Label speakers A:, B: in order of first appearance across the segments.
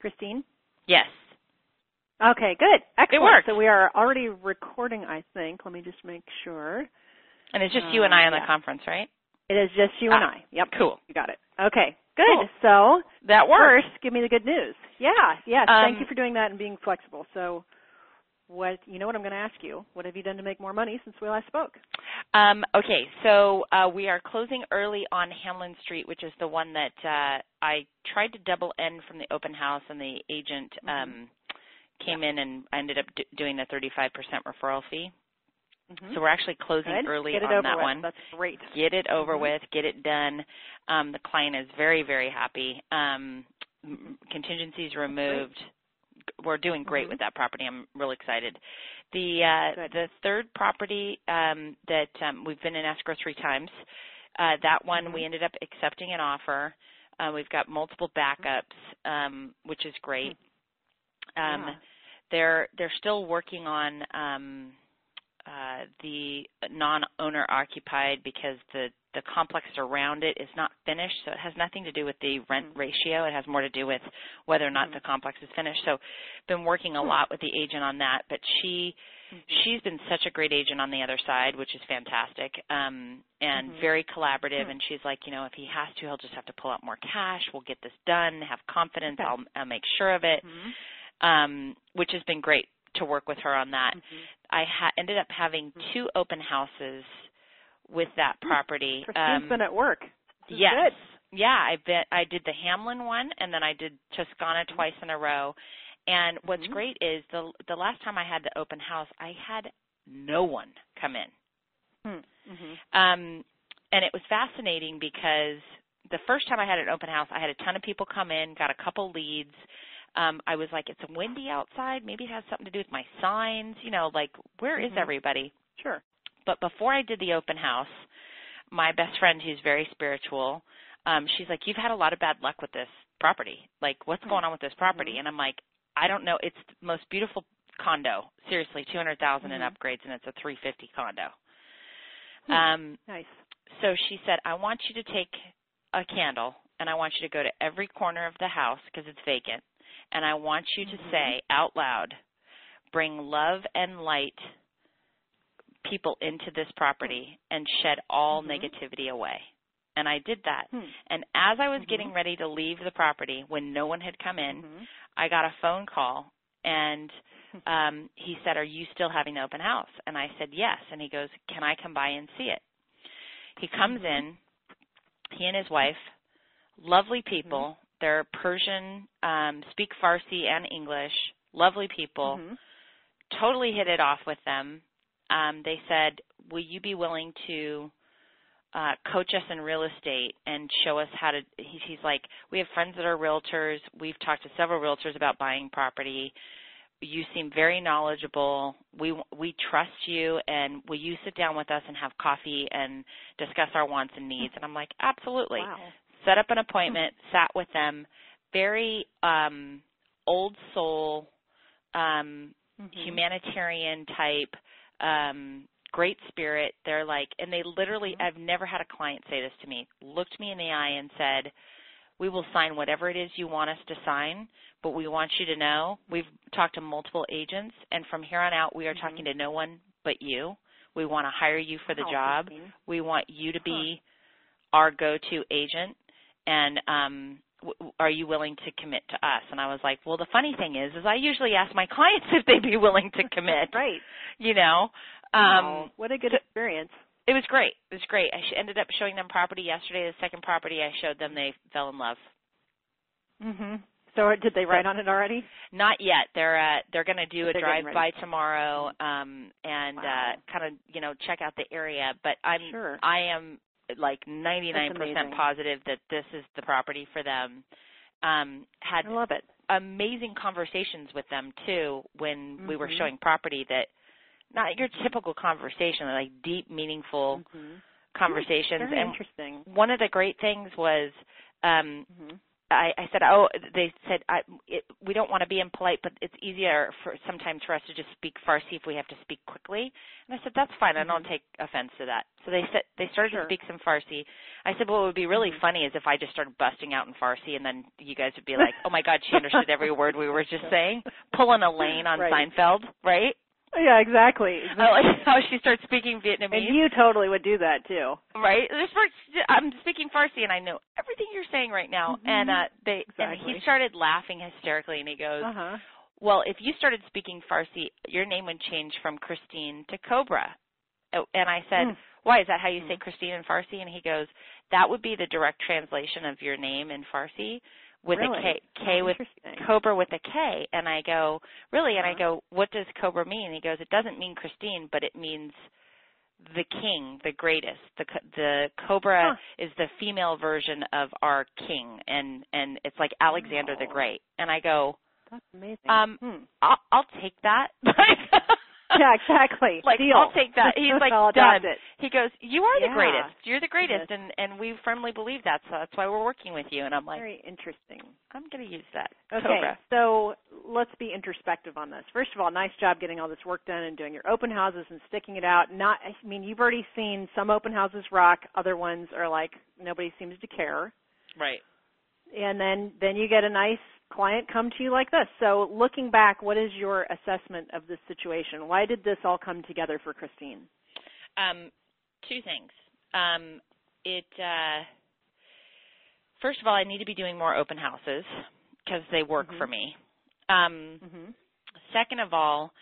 A: Christine?
B: Yes.
A: Okay, good. Excellent.
B: worked.
A: So we are already recording, I think. Let me just make sure.
B: And it's just
A: Uh,
B: you and I on
A: yeah.
B: the conference, right?
A: It is just you and
B: Ah,
A: I. Yep.
B: Cool.
A: You got it. Okay, good. So
B: That works.
A: first, give me the good news. Yeah, yes.
B: Um,
A: thank you for doing that and being flexible. So what you know what I'm going to ask you? What have you done to make more money since we last spoke?
B: Um, okay, so uh, we are closing early on Hamlin Street, which is the one that uh, I tried to double end from the open house, and the agent
A: Mm-hmm.
B: um, came in and I ended up d- doing the 35% referral fee.
A: Mhm.
B: Mm-hmm. So we're actually closing
A: Good.
B: early
A: Get it
B: on
A: over
B: that
A: with.
B: one.
A: That's great.
B: Get it over
A: Mhm.
B: with, get it done. Um, the client is very, very happy. Um, m- contingencies removed. We're doing great
A: Mhm.
B: with that property. I'm really excited. The uh,
A: Good.
B: the third property um, that um, we've been in escrow three times. Uh, that one we
A: Mhm.
B: ended up accepting an offer. Uh, we've got multiple backups, um, which is great. Um,
A: Mm-hmm. Yeah.
B: They're they're still working on um, uh, the non-owner occupied because the the complex around it is not finished, so it has nothing to do with the rent
A: Mhm.
B: ratio. It has more to do with whether or not
A: Mhm.
B: the complex is finished. So, been working a
A: Hmm.
B: lot with the agent on that, but she
A: Mhm.
B: she's been such a great agent on the other side, which is fantastic, um, and
A: Mhm.
B: very collaborative.
A: Hmm.
B: And she's like, you know, if he has to, he'll just have to pull out more cash. We'll get this done. Have confidence.
A: Okay.
B: I'll, I'll make sure of it.
A: Mhm.
B: Um, which has been great to work with her on that.
A: Mhm.
B: I ha- ended up having
A: Mhm.
B: two open houses with that
A: Hmm.
B: property.
A: Christine's
B: Um,
A: been at work. This is
B: yes.
A: good.
B: Yeah, I bet I did the Hamlin one and then I did Toscana
A: Hmm.
B: twice in a row. And what's
A: Mhm.
B: great is the the last time I had the open house, I had no one come in.
A: Mhm.
B: Um, and it was fascinating because the first time I had an open house, I had a ton of people come in, got a couple leads. Um, I was like, it's windy outside. Maybe it has something to do with my signs. You know, like, where is
A: Mhm.
B: everybody?
A: Sure.
B: But before I did the open house, my best friend, who's very spiritual, um, she's like, you've had a lot of bad luck with this property. Like, what's going on with this property?
A: Mhm.
B: And I'm like, I don't know. It's the most beautiful condo. Seriously, 200,000 in
A: Mhm.
B: upgrades, and it's a 350 condo.
A: Hmm.
B: Um,
A: Nice.
B: so she said, I want you to take a candle and I want you to go to every corner of the house because it's vacant. And I want you to
A: Mhm.
B: say out loud, bring love and light people into this property and shed all
A: Mhm.
B: negativity away. And I did that.
A: Hmm.
B: And as I was
A: Mhm.
B: getting ready to leave the property when no one had come in,
A: Mhm.
B: I got a phone call and um he said, "Are you still having the open house?" And I said, "Yes." And he goes, "Can I come by and see it?" He comes in, he and his wife, lovely people. They're Persian, um speak Farsi and English, lovely people.
A: Mhm.
B: Totally hit it off with them. Um they said, "Will you be willing to uh, coach us in real estate and show us how to. He, he's like, we have friends that are realtors. We've talked to several realtors about buying property. You seem very knowledgeable. We we trust you, and will you sit down with us and have coffee and discuss our wants and needs? And I'm like, absolutely.
A: Wow.
B: Set up an appointment. Sat with them. Very um, old soul. Um,
A: Mhm.
B: humanitarian type um great spirit they're like and they literally
A: Mhm.
B: i've never had a client say this to me looked me in the eye and said we will sign whatever it is you want us to sign but we want you to know we've talked to multiple agents and from here on out we are
A: Mhm.
B: talking to no one but you we want to hire you for the
A: Wow,
B: job
A: Oh, Christine.
B: we want you to
A: Huh.
B: be our go-to agent, and um, w- w- are you willing to commit to us? And I was like, well, the funny thing is, is I usually ask my clients if they'd be willing to commit.
A: Right.
B: You know, um,
A: Wow. What a good
B: so-
A: experience.
B: it was great. It was great. I sh- ended up showing them property yesterday. The second property I showed them, they fell in love. Mm-hmm.
A: hmm So did they write on it already?
B: Not yet. They're uh, they're going to do a
A: They're getting
B: drive by
A: ready.
B: tomorrow um, and
A: Wow.
B: uh, kind of you know check out the area. But I'm
A: Sure.
B: I am like 99%
A: amazing.
B: positive that this is the property for them. Um, had
A: I love it.
B: amazing conversations with them too when we were
A: Mhm.
B: showing property that not your typical conversation, like deep, meaningful
A: Mhm.
B: conversations.
A: Very
B: and
A: interesting.
B: one of the great things was um,
A: Mhm.
B: I, I said, oh, they said, I, it, we don't want to be impolite, but it's easier for sometimes for us to just speak Farsi if we have to speak quickly. And I said, that's fine. I don't take offense to that. So they said they started
A: Mm-hmm. Sure. Mm-hmm.
B: to speak some Farsi. I said, well, what would be really funny is if I just started busting out in Farsi, and then you guys would be like, oh my God, she understood every word we were just saying, pulling a lane on
A: Right. Mm-hmm.
B: Seinfeld, right?
A: Yeah, exactly.
B: I like how she starts speaking
A: and
B: Vietnamese.
A: you totally would do that too.
B: right? This works. I'm speaking Farsi, and I know everything you're saying right now.
A: Mhm.
B: And uh, they and
A: Exactly.
B: he started laughing hysterically, and he goes,
A: Uh huh.
B: "Well, if you started speaking Farsi, your name would change from Christine to Cobra." Oh, And I said,
A: Hmm.
B: "Why is that? How you say
A: Hmm.
B: Christine in Farsi?" And he goes, "That would be the direct translation of your name in Farsi with
A: Really?
B: a K, K with
A: Oh, Interesting.
B: Cobra with a K. And I go, really? And I
A: Uh-huh.
B: go, what does Cobra mean? And he goes, it doesn't mean Christine, but it means the king, the greatest. The co- the Cobra is the female version of our king, and and it's like Alexander the
A: Wow.
B: Great. And I go,
A: That's amazing.
B: Um,
A: Hmm.
B: I'll, I'll take that. Like,
A: Yeah, exactly.
B: Like
A: Deal.
B: I'll take that. He's like
A: I'll adopt
B: done.
A: it.
B: He goes, you are
A: Yeah.
B: the greatest. You're the greatest,
A: Yes.
B: and and we firmly believe that. So that's why we're working with you. And I'm like,
A: Very interesting.
B: I'm gonna use that.
A: Okay,
B: Cobra.
A: so let's be introspective on this. First of all, nice job getting all this work done and doing your open houses and sticking it out. Not, I mean, you've already seen some open houses rock. Other ones are like nobody seems to care.
B: Right.
A: And then then you get a nice client come to you like this. So looking back, what is your assessment of this situation? Why did this all come together for Christine?
B: Um, two things. Um, it uh, first of all, I need to be doing more open houses because they work
A: Mhm.
B: for me. Um,
A: Mm-hmm.
B: second of all,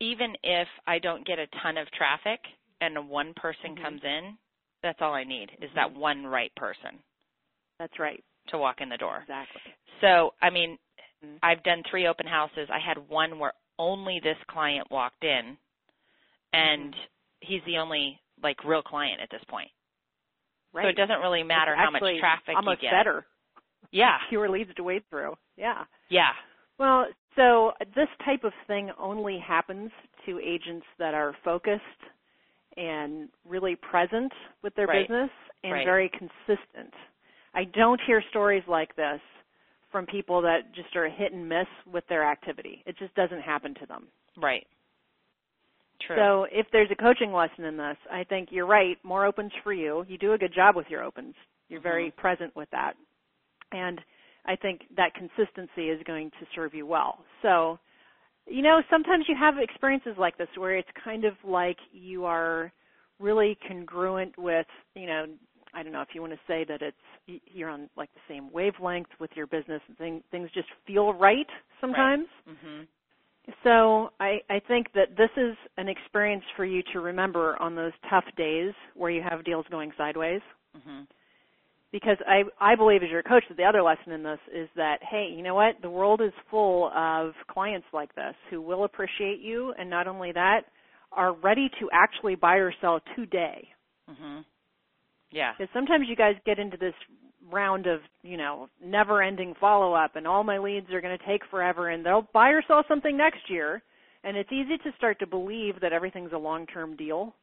B: even if I don't get a ton of traffic and one person
A: Mhm.
B: comes in, that's all I need is that one right person
A: That's right.
B: to walk in the door.
A: Exactly.
B: So, I mean,
A: Mhm.
B: I've done three open houses. I had one where only this client walked in, and he's the only like real client at this point.
A: Right.
B: So it doesn't really matter
A: It's
B: how much
A: actually
B: traffic
A: almost
B: you get. Ah.
A: better.
B: Yeah.
A: Fewer leads to wade through. Yeah.
B: Yeah.
A: Well, so this type of thing only happens to agents that are focused and really present with their
B: Right.
A: business and
B: Right.
A: very consistent. I don't hear stories like this from people that just are hit and miss with their activity. It just doesn't happen to them.
B: Right. True.
A: So if there's a coaching lesson in this, I think you're right. More opens for you. You do a good job with your opens. You're very
B: Mhm.
A: present with that. And I think that consistency is going to serve you well. So, you know, sometimes you have experiences like this where it's kind of like you are really congruent with, you know, I don't know if you want to say that it's y- you're on like the same wavelength with your business and thing, things just feel right sometimes.
B: mhm.
A: So I, I think that this is an experience for you to remember on those tough days where you have deals going sideways.
B: Mhm.
A: Because I, I believe as your coach that the other lesson in this is that, hey, you know what? The world is full of clients like this who will appreciate you and not only that, are ready to actually buy or sell today.
B: Mhm. Yeah.
A: Because sometimes you guys get into this round of, you know, never ending follow up and all my leads are going to take forever and they'll buy or sell something next year. And it's easy to start to believe that everything's a long term deal.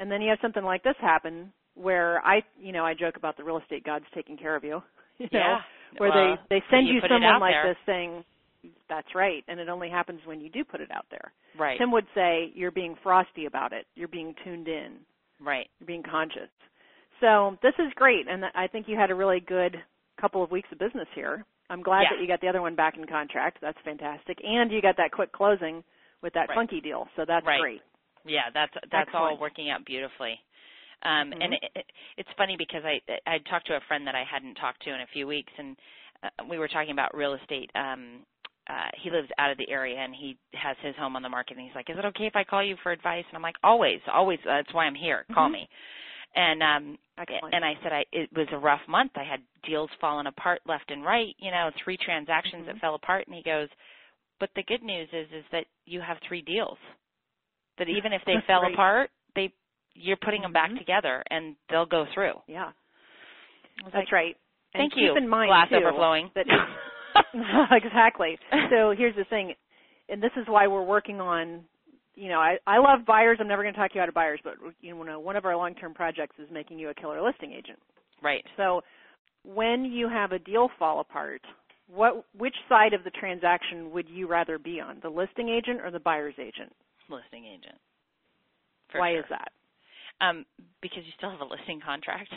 A: And then you have something like this happen where I, you know, I joke about the real estate gods taking care of you. you know,
B: yeah.
A: Where
B: Well,
A: they, they send
B: you
A: you,
B: put it
A: someone
B: out
A: like
B: there.
A: this saying, that's right. And it only happens when you do put it out there.
B: right.
A: Tim would say, you're being frosty about it. You're being tuned in
B: right.
A: you're being conscious. So this is great, and I think you had a really good couple of weeks of business here. I'm glad
B: Yeah.
A: that you got the other one back in contract. That's fantastic, and you got that quick closing with that
B: Right.
A: funky deal. So that's
B: Right.
A: great.
B: Yeah, that's that's all
A: Excellent.
B: working out beautifully. Um
A: Mhm.
B: and it, it, it's funny because I I I'd talked to a friend that I hadn't talked to in a few weeks and uh, we were talking about real estate um uh he lives out of the area and he has his home on the market and he's like, "Is it okay if I call you for advice?" And I'm like, "Always, always. Uh, that's why I'm here. Call
A: Mhm.
B: me." And um
A: Excellent.
B: and I said I it was a rough month. I had deals falling apart left and right, you know, three transactions
A: Mhm.
B: that fell apart and he goes, "But the good news is is that you have three deals. That even if they fell
A: Right.
B: apart, they you're putting them back
A: Mhm.
B: together and they'll go through."
A: yeah,
B: I was
A: that's
B: like,
A: right.
B: Thank
A: and
B: you.
A: Keep in mind
B: Glass
A: too,
B: overflowing.
A: that exactly. So here's the thing, and this is why we're working on. You know, I, I love buyers. I'm never going to talk you out of buyers, but you know, one of our long-term projects is making you a killer listing agent.
B: right.
A: So when you have a deal fall apart, what which side of the transaction would you rather be on, the listing agent or the buyer's agent?
B: listing agent.
A: Why
B: sure.
A: is that?
B: Um, because you still have a listing contract.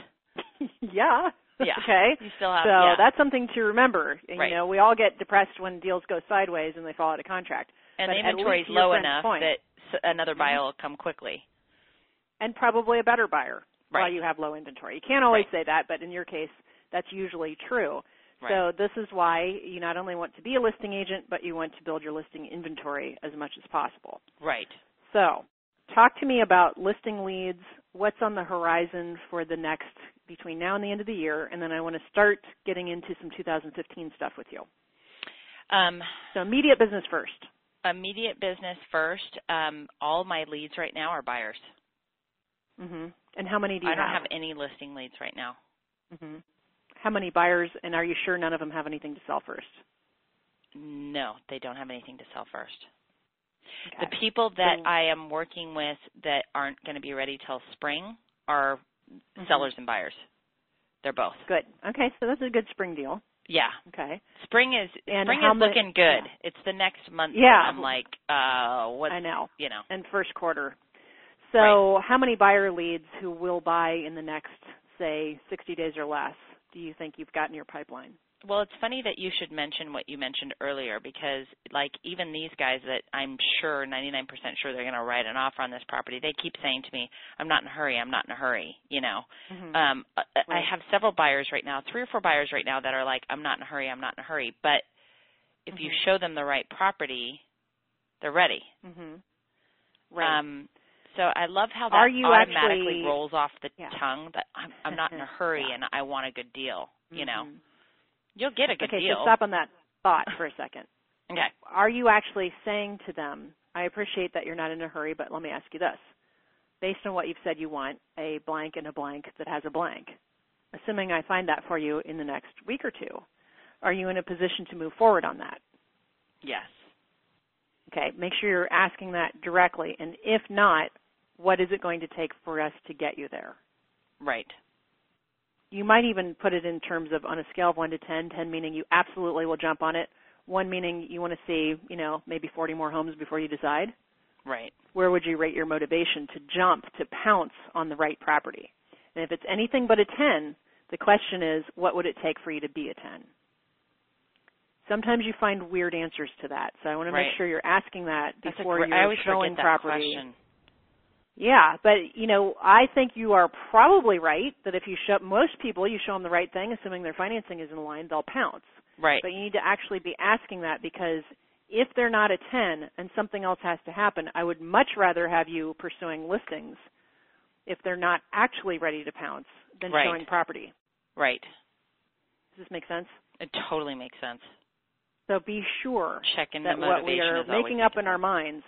A: yeah.
B: Yeah.
A: Okay.
B: You still have.
A: so
B: yeah.
A: that's something to remember. And,
B: Right.
A: You know, we all get depressed when deals go sideways and they fall out of contract,
B: and
A: but
B: the
A: at least
B: inventory is
A: to your
B: low
A: friend's
B: enough
A: point.
B: that s- another
A: Mhm.
B: buyer will come quickly.
A: and probably a better buyer
B: Right.
A: while you have low inventory. You can't always say that, but in your case, that's usually true.
B: right.
A: So this is why you not only want to be a listing agent, but you want to build your listing inventory as much as possible.
B: Right.
A: So, talk to me about listing leads. What's on the horizon for the next between now and the end of the year? And then I want to start getting into some 2015 stuff with you.
B: Um,
A: So, immediate business first.
B: immediate business first. Um, all my leads right now are buyers.
A: hmm And how many do you
B: I don't have any listing leads right now.
A: hmm How many buyers? And are you sure none of them have anything to sell first?
B: No, they don't have anything to sell first.
A: Okay.
B: The people that
A: So-
B: I am working with that aren't going to be ready till spring are
A: Mhm.
B: sellers and buyers. They're both.
A: Good. Okay, so that's a good spring deal.
B: Yeah.
A: Okay.
B: Spring is
A: And
B: spring
A: how
B: is
A: mu-
B: looking good.
A: yeah.
B: It's the next month.
A: Yeah.
B: that I'm like, uh, what?
A: I know.
B: You know.
A: And first quarter. So, how many buyer leads who will buy in the next, say, 60 days or less do you think you've got in your pipeline?
B: Well, it's funny that you should mention what you mentioned earlier because, like, even these guys that I'm sure, 99% sure they're going to write an offer on this property, they keep saying to me, "I'm not in a hurry. I'm not in a hurry." You know.
A: Mhm.
B: Um, I- I
A: Right.
B: have several buyers right now, three or four buyers right now that are like, "I'm not in a hurry. I'm not in a hurry." But if you
A: Mhm.
B: show them the right property, they're ready.
A: hmm Right.
B: Um, so I love how that
A: Are you
B: automatically
A: actually-
B: rolls off the
A: Yeah.
B: tongue that I'm, I'm not in a hurry
A: Yeah.
B: and I want a good deal. You know,
A: Mhm.
B: you'll get a good
A: Okay,
B: deal.
A: so stop on that thought for a second.
B: Okay.
A: Are you actually saying to them, I appreciate that you're not in a hurry, but let me ask you this. Based on what you've said you want, a blank and a blank that has a blank, assuming I find that for you in the next week or two, are you in a position to move forward on that?
B: Yes.
A: Okay, make sure you're asking that directly. And if not, what is it going to take for us to get you there?
B: Right.
A: you might even put it in terms of on a scale of 1 to 10, 10 meaning you absolutely will jump on it, 1 meaning you want to see, you know, maybe 40 more homes before you decide.
B: Right.
A: Where would you rate your motivation to jump, to pounce on the right property? And if it's anything but a 10, the question is, what would it take for you to be a 10? Sometimes you find weird answers to that, so I want to
B: Right.
A: make sure you're asking that
B: That's a
A: before
B: gr-
A: you're
B: I always
A: showing
B: forget that
A: property.
B: question.
A: Yeah, but you know, I think you are probably right that if you show most people, you show them the right thing, assuming their financing is in line, they'll pounce.
B: Right.
A: But you need to actually be asking that because if they're not a 10 and something else has to happen, I would much rather have you pursuing listings if they're not actually ready to pounce than
B: Right.
A: showing property.
B: Right.
A: Does this make sense?
B: It totally makes sense.
A: So be sure
B: Check in
A: that
B: the
A: what we
B: motivation
A: are
B: is always
A: making up in
B: making
A: our minds.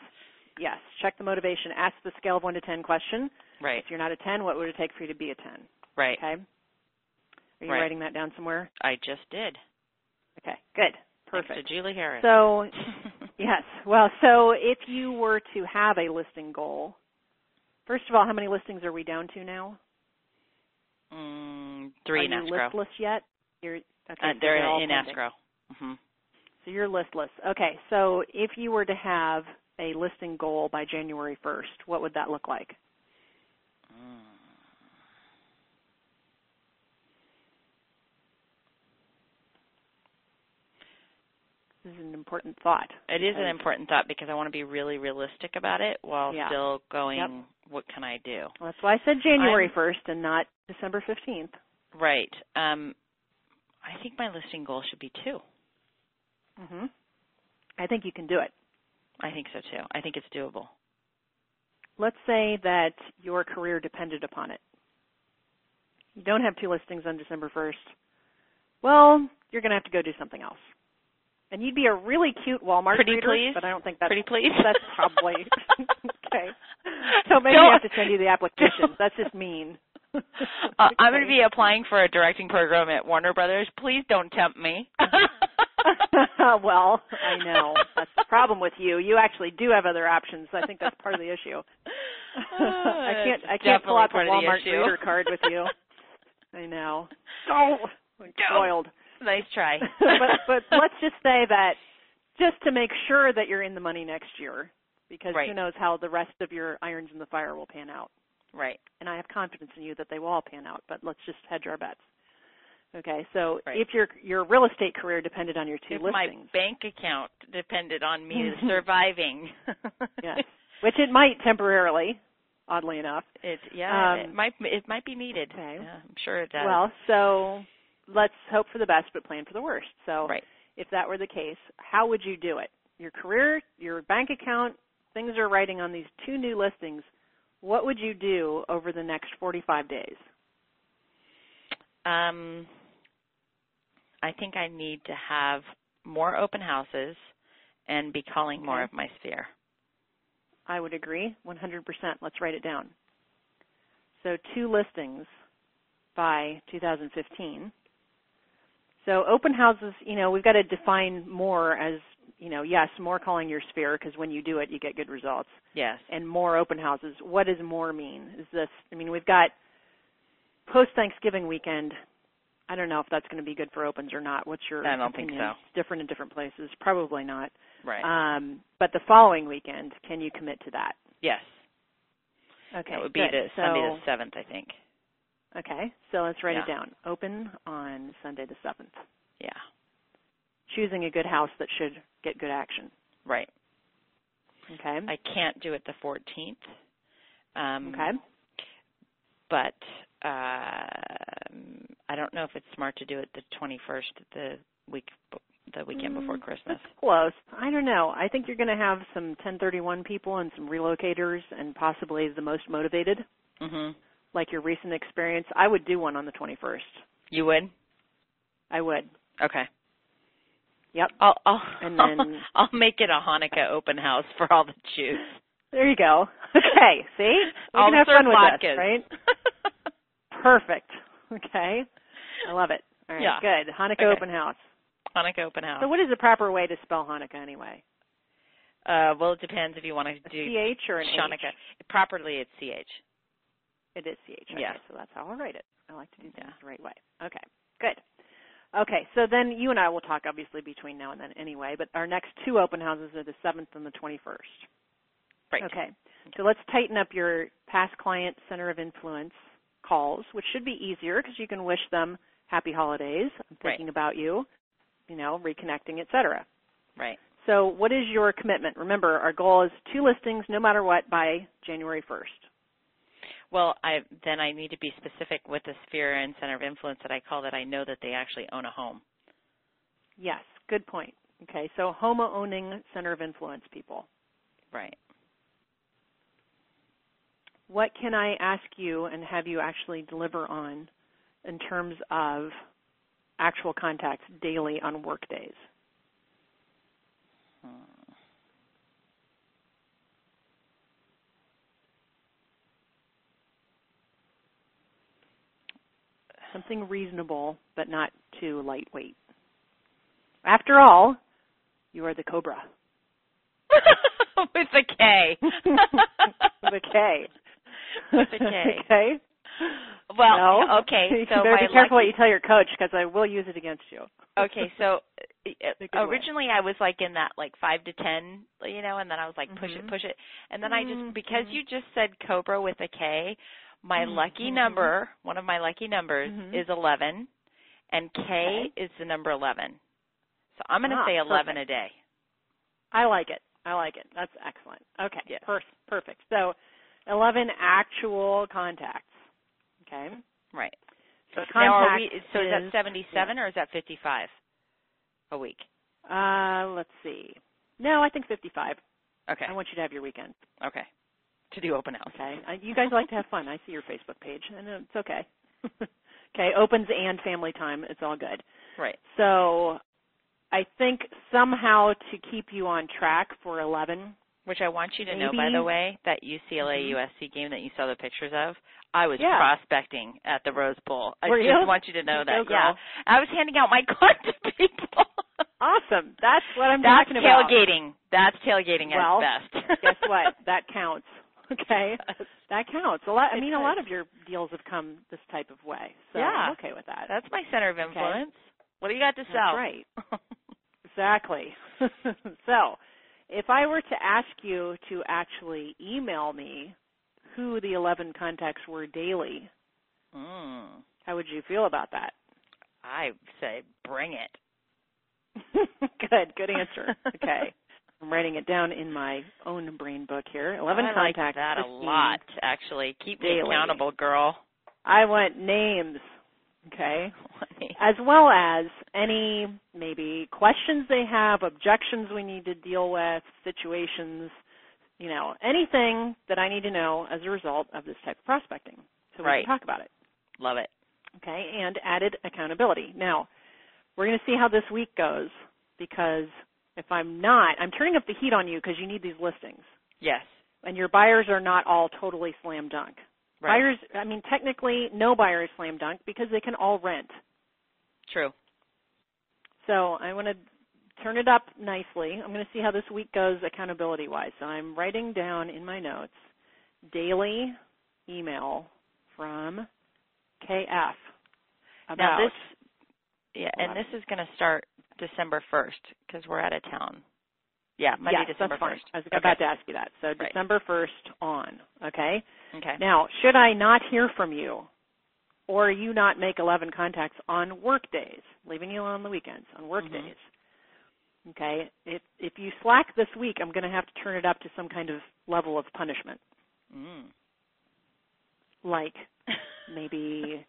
A: Yes, check the motivation. Ask the scale of 1 to 10 question.
B: sense. Right.
A: If you're not a 10, what would it take for you to be a 10?
B: Right.
A: Okay. Are you
B: Right.
A: writing that down somewhere?
B: I just did.
A: Okay, good.
B: Thanks
A: Perfect.
B: to Julie Harris.
A: So, yes. Well, so if you were to have a listing goal, first of all, how many listings are we down to now?
B: mm, three
A: are
B: in
A: you
B: escrow.
A: listless yet? You're okay.
B: Uh,
A: so
B: they're
A: all
B: in
A: pending.
B: escrow. hmm
A: So you're listless. Okay. So if you were to have a listing goal by January 1st, what would that look like?
B: Mm.
A: This is an important thought.
B: It is an
A: because-
B: important thought because I want to be really realistic about it while
A: Yeah.
B: still going, what can I do?
A: Well, that's why I said January
B: I'm-
A: 1st and not December 15th.
B: Right. Um, I think my listing goal should be two.
A: hmm I think you can do it.
B: I think so too. I think it's doable.
A: let's say that your career depended upon it. You don't have two listings on December 1st. Well, you're going to have to go do something else. And you'd be a really cute Walmart
B: Pretty
A: greeter,
B: please?
A: but I don't think that's
B: Pretty please.
A: that's probably- okay. so maybe I
B: Don't-
A: have to send you the application. That's just mean.
B: Uh, I'm going to be applying for a directing program at Warner Brothers. Please don't tempt me.
A: well, I know. That's the problem with you. You actually do have other options. I think that's part of the issue. I can't I can't pull
B: Definitely
A: out the
B: part of the
A: Walmart
B: issue.
A: greeter card with you. I know. Oh, Spoiled.
B: Nice try.
A: but but let's just say that just to make sure that you're in the money next year because
B: Right.
A: who knows how the rest of your irons in the fire will pan out.
B: right.
A: And I have confidence in you that they will all pan out, but let's just hedge our bets. Okay, so
B: Right.
A: if your your real estate career depended on your two
B: if
A: listings,
B: my bank account depended on me surviving.
A: yes, which it might temporarily, oddly enough.
B: It yeah, it
A: Um,
B: might it might be needed.
A: okay.
B: Yeah, I'm sure it does.
A: Well, so let's hope for the best but plan for the worst. So
B: right.
A: if that were the case, how would you do it? Your career, your bank account, things are writing on these two new listings. What would you do over the next 45 days?
B: Um I think I need to have more open houses and be calling more
A: Okay.
B: of my sphere.
A: I would agree 100%. Let's write it down. So, two listings by 2015. So, open houses, you know, we've got to define more as, you know, yes, more calling your sphere because when you do it, you get good results.
B: Yes.
A: and more open houses. What does more mean? Is this? I mean, we've got post Thanksgiving weekend. I don't know if that's going to be good for opens or not. What's your?
B: I don't think
A: opinion?
B: so.
A: It's different in different places, probably not.
B: right.
A: Um, but the following weekend, can you commit to that?
B: yes.
A: Okay,
B: that would be
A: good.
B: the
A: so,
B: Sunday the seventh, I think.
A: Okay, so let's write it
B: Yeah.
A: down. Open on Sunday the seventh.
B: Yeah.
A: Choosing a good house that should get good action.
B: Right.
A: Okay.
B: I can't do it the fourteenth. Um
A: okay.
B: but um, I don't know if it's smart to do it the 21st, the week, b- the weekend before
A: Mm,
B: Christmas.
A: That's close. I don't know. I think you're going to have some 1031 people and some relocators and possibly the most motivated,
B: hmm
A: like your recent experience. I would do one on the 21st.
B: You would?
A: I would.
B: Okay.
A: Yep.
B: I'll I'll,
A: And then-
B: I'll make it a Hanukkah open house for all the Jews.
A: There you go. Okay. See? We
B: I'll
A: can have
B: serve
A: fun with this,
B: latkes.
A: right? Perfect. Okay. I love it. All right.
B: Yeah.
A: Good. Hanukkah
B: Okay.
A: open house.
B: Hanukkah open house.
A: So what is the proper way to spell Hanukkah anyway?
B: uh, well, it depends if you want
A: A
B: to do
A: CH or an H?
B: Hanukkah. Properly, it's ch.
A: It is CH. Okay,
B: Yeah.
A: So that's how I'll write it. I like to do things
B: Yeah.
A: the right way. Okay. Good. Okay. So then you and I will talk obviously between now and then anyway, but our next two open houses are the 7th and the 21st.
B: Right.
A: Okay. So let's tighten up your past client center of influence calls, which should be easier because you can wish them happy holidays. I'm
B: Right.
A: thinking about you, you know, reconnecting, et cetera.
B: Right.
A: So what is your commitment? Remember, our goal is two listings no matter what by January 1st.
B: Well, I then I need to be specific with the sphere and center of influence that I call that I know that they actually own a home.
A: Yes, good point. Okay, so homo owning center of influence people.
B: Right.
A: What can I ask you and have you actually deliver on in terms of actual contacts daily on work days?
B: Hmm.
A: Something reasonable but not too lightweight. After all, you are the cobra.
B: with a K.
A: With a K.
B: With a K.
A: okay.
B: Well,
A: No?
B: okay.
A: You
B: So
A: better
B: my
A: be careful what
B: lucky,
A: you tell your coach because I will use it against you.
B: okay, so
A: Pick it
B: uh,
A: away.
B: originally I was like in that like five to ten, you know, and then I was like push
A: Mhm.
B: it, push it, and then I
A: Mhm,
B: just because
A: mhm.
B: you just said Cobra with a K, my
A: Mhm,
B: lucky
A: mhm.
B: number, one of my lucky numbers
A: Mhm.
B: is eleven, and K
A: Okay.
B: is the number eleven. So I'm going to
A: Ah,
B: say eleven
A: perfect.
B: a day.
A: I like it. I like it. That's excellent. Okay.
B: Yes.
A: Per- perfect. So, 11 actual contacts. Okay.
B: Right.
A: So
B: now are we?
A: contact
B: So is that
A: is-
B: 77 or is that 55 a week?
A: Uh, let's see. No, I think 55.
B: Okay.
A: I want you to have your weekend.
B: Okay. To do open house.
A: Okay. Uh, you guys like to have fun. I see your Facebook page. I know it's okay. okay. Opens and family time. It's all good.
B: Right.
A: So, I think somehow to keep you on track for 11.
B: Which I want you to know, by
A: Maybe-
B: the way, that UCLA
A: Mhm.
B: USC game that you saw the pictures of, I was
A: Yeah.
B: prospecting at the Rose Bowl. I
A: Were
B: just
A: you?
B: want you to know
A: Go,
B: that.
A: girl.
B: yeah. I was handing out my card to people.
A: Awesome. That's what I'm
B: That's
A: talking about.
B: tailgating. That's tailgating
A: Well,
B: at its best.
A: Guess what? That counts. Okay,
B: Yes.
A: that counts. A lot. I
B: It
A: mean, a lot
B: does.
A: of your deals have come this type of way, so
B: Yeah.
A: I'm okay with that.
B: That's my center of influence. What do you got to
A: That's
B: sell?
A: right. Exactly. so, if I were to ask you to actually email me who the 11 contacts were daily,
B: mm,
A: how would you feel about that?
B: I say bring it.
A: good, good answer. Okay. I'm writing it down in my own brain book here. 11
B: I like
A: contacts.
B: that a
A: 15.
B: lot, actually. Keep me
A: daily.
B: accountable, girl.
A: I want names. Okay.
B: Funny.
A: as well as any maybe questions they have, objections we need to deal with, situations, you know, anything that I need to know as a result of this type of prospecting. So we
B: Right.
A: can talk about it.
B: Love it.
A: Okay, and added accountability. Now, we're going to see how this week goes because if I'm not, I'm turning up the heat on you because you need these listings.
B: Yes.
A: And your buyers are not all totally slam dunk.
B: Right.
A: Buyers, I mean, technically, no buyer is slam dunk because they can all rent.
B: True.
A: So I want to turn it up nicely. I'm going to see how this week goes accountability wise. So I'm writing down in my notes daily email from KF about
B: Now this yeah, and
A: Hold on.
B: this is going to start December 1st cuz we're out of town. Yeah, Monday,
A: yes,
B: December
A: that's fine.
B: 1st.
A: I was
B: Okay.
A: about to ask you that. So
B: Right.
A: December 1st on, okay?
B: Okay.
A: Now, should I not hear from you or you not make 11 contacts on work days, leaving you alone on the weekends, on work
B: Mhm.
A: days? Okay? If if you slack this week, I'm going to have to turn it up to some kind of level of punishment,
B: Mm.
A: like maybe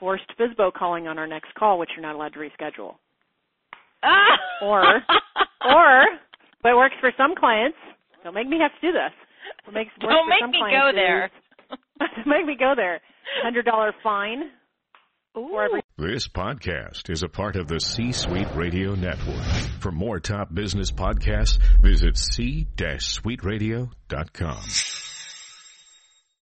A: forced FISBO calling on our next call which you're not allowed to reschedule.
B: Ah!
A: Or- Or what works for some clients, don't make me have to do this. What makes works
B: Don't
A: for
B: make
A: some
B: me
A: clients
B: go there.
A: is- don't make me go there. $100 fine for every
C: This podcast is a part of the C Suite Radio Network. For more top business podcasts, visit c-suiteradio.com.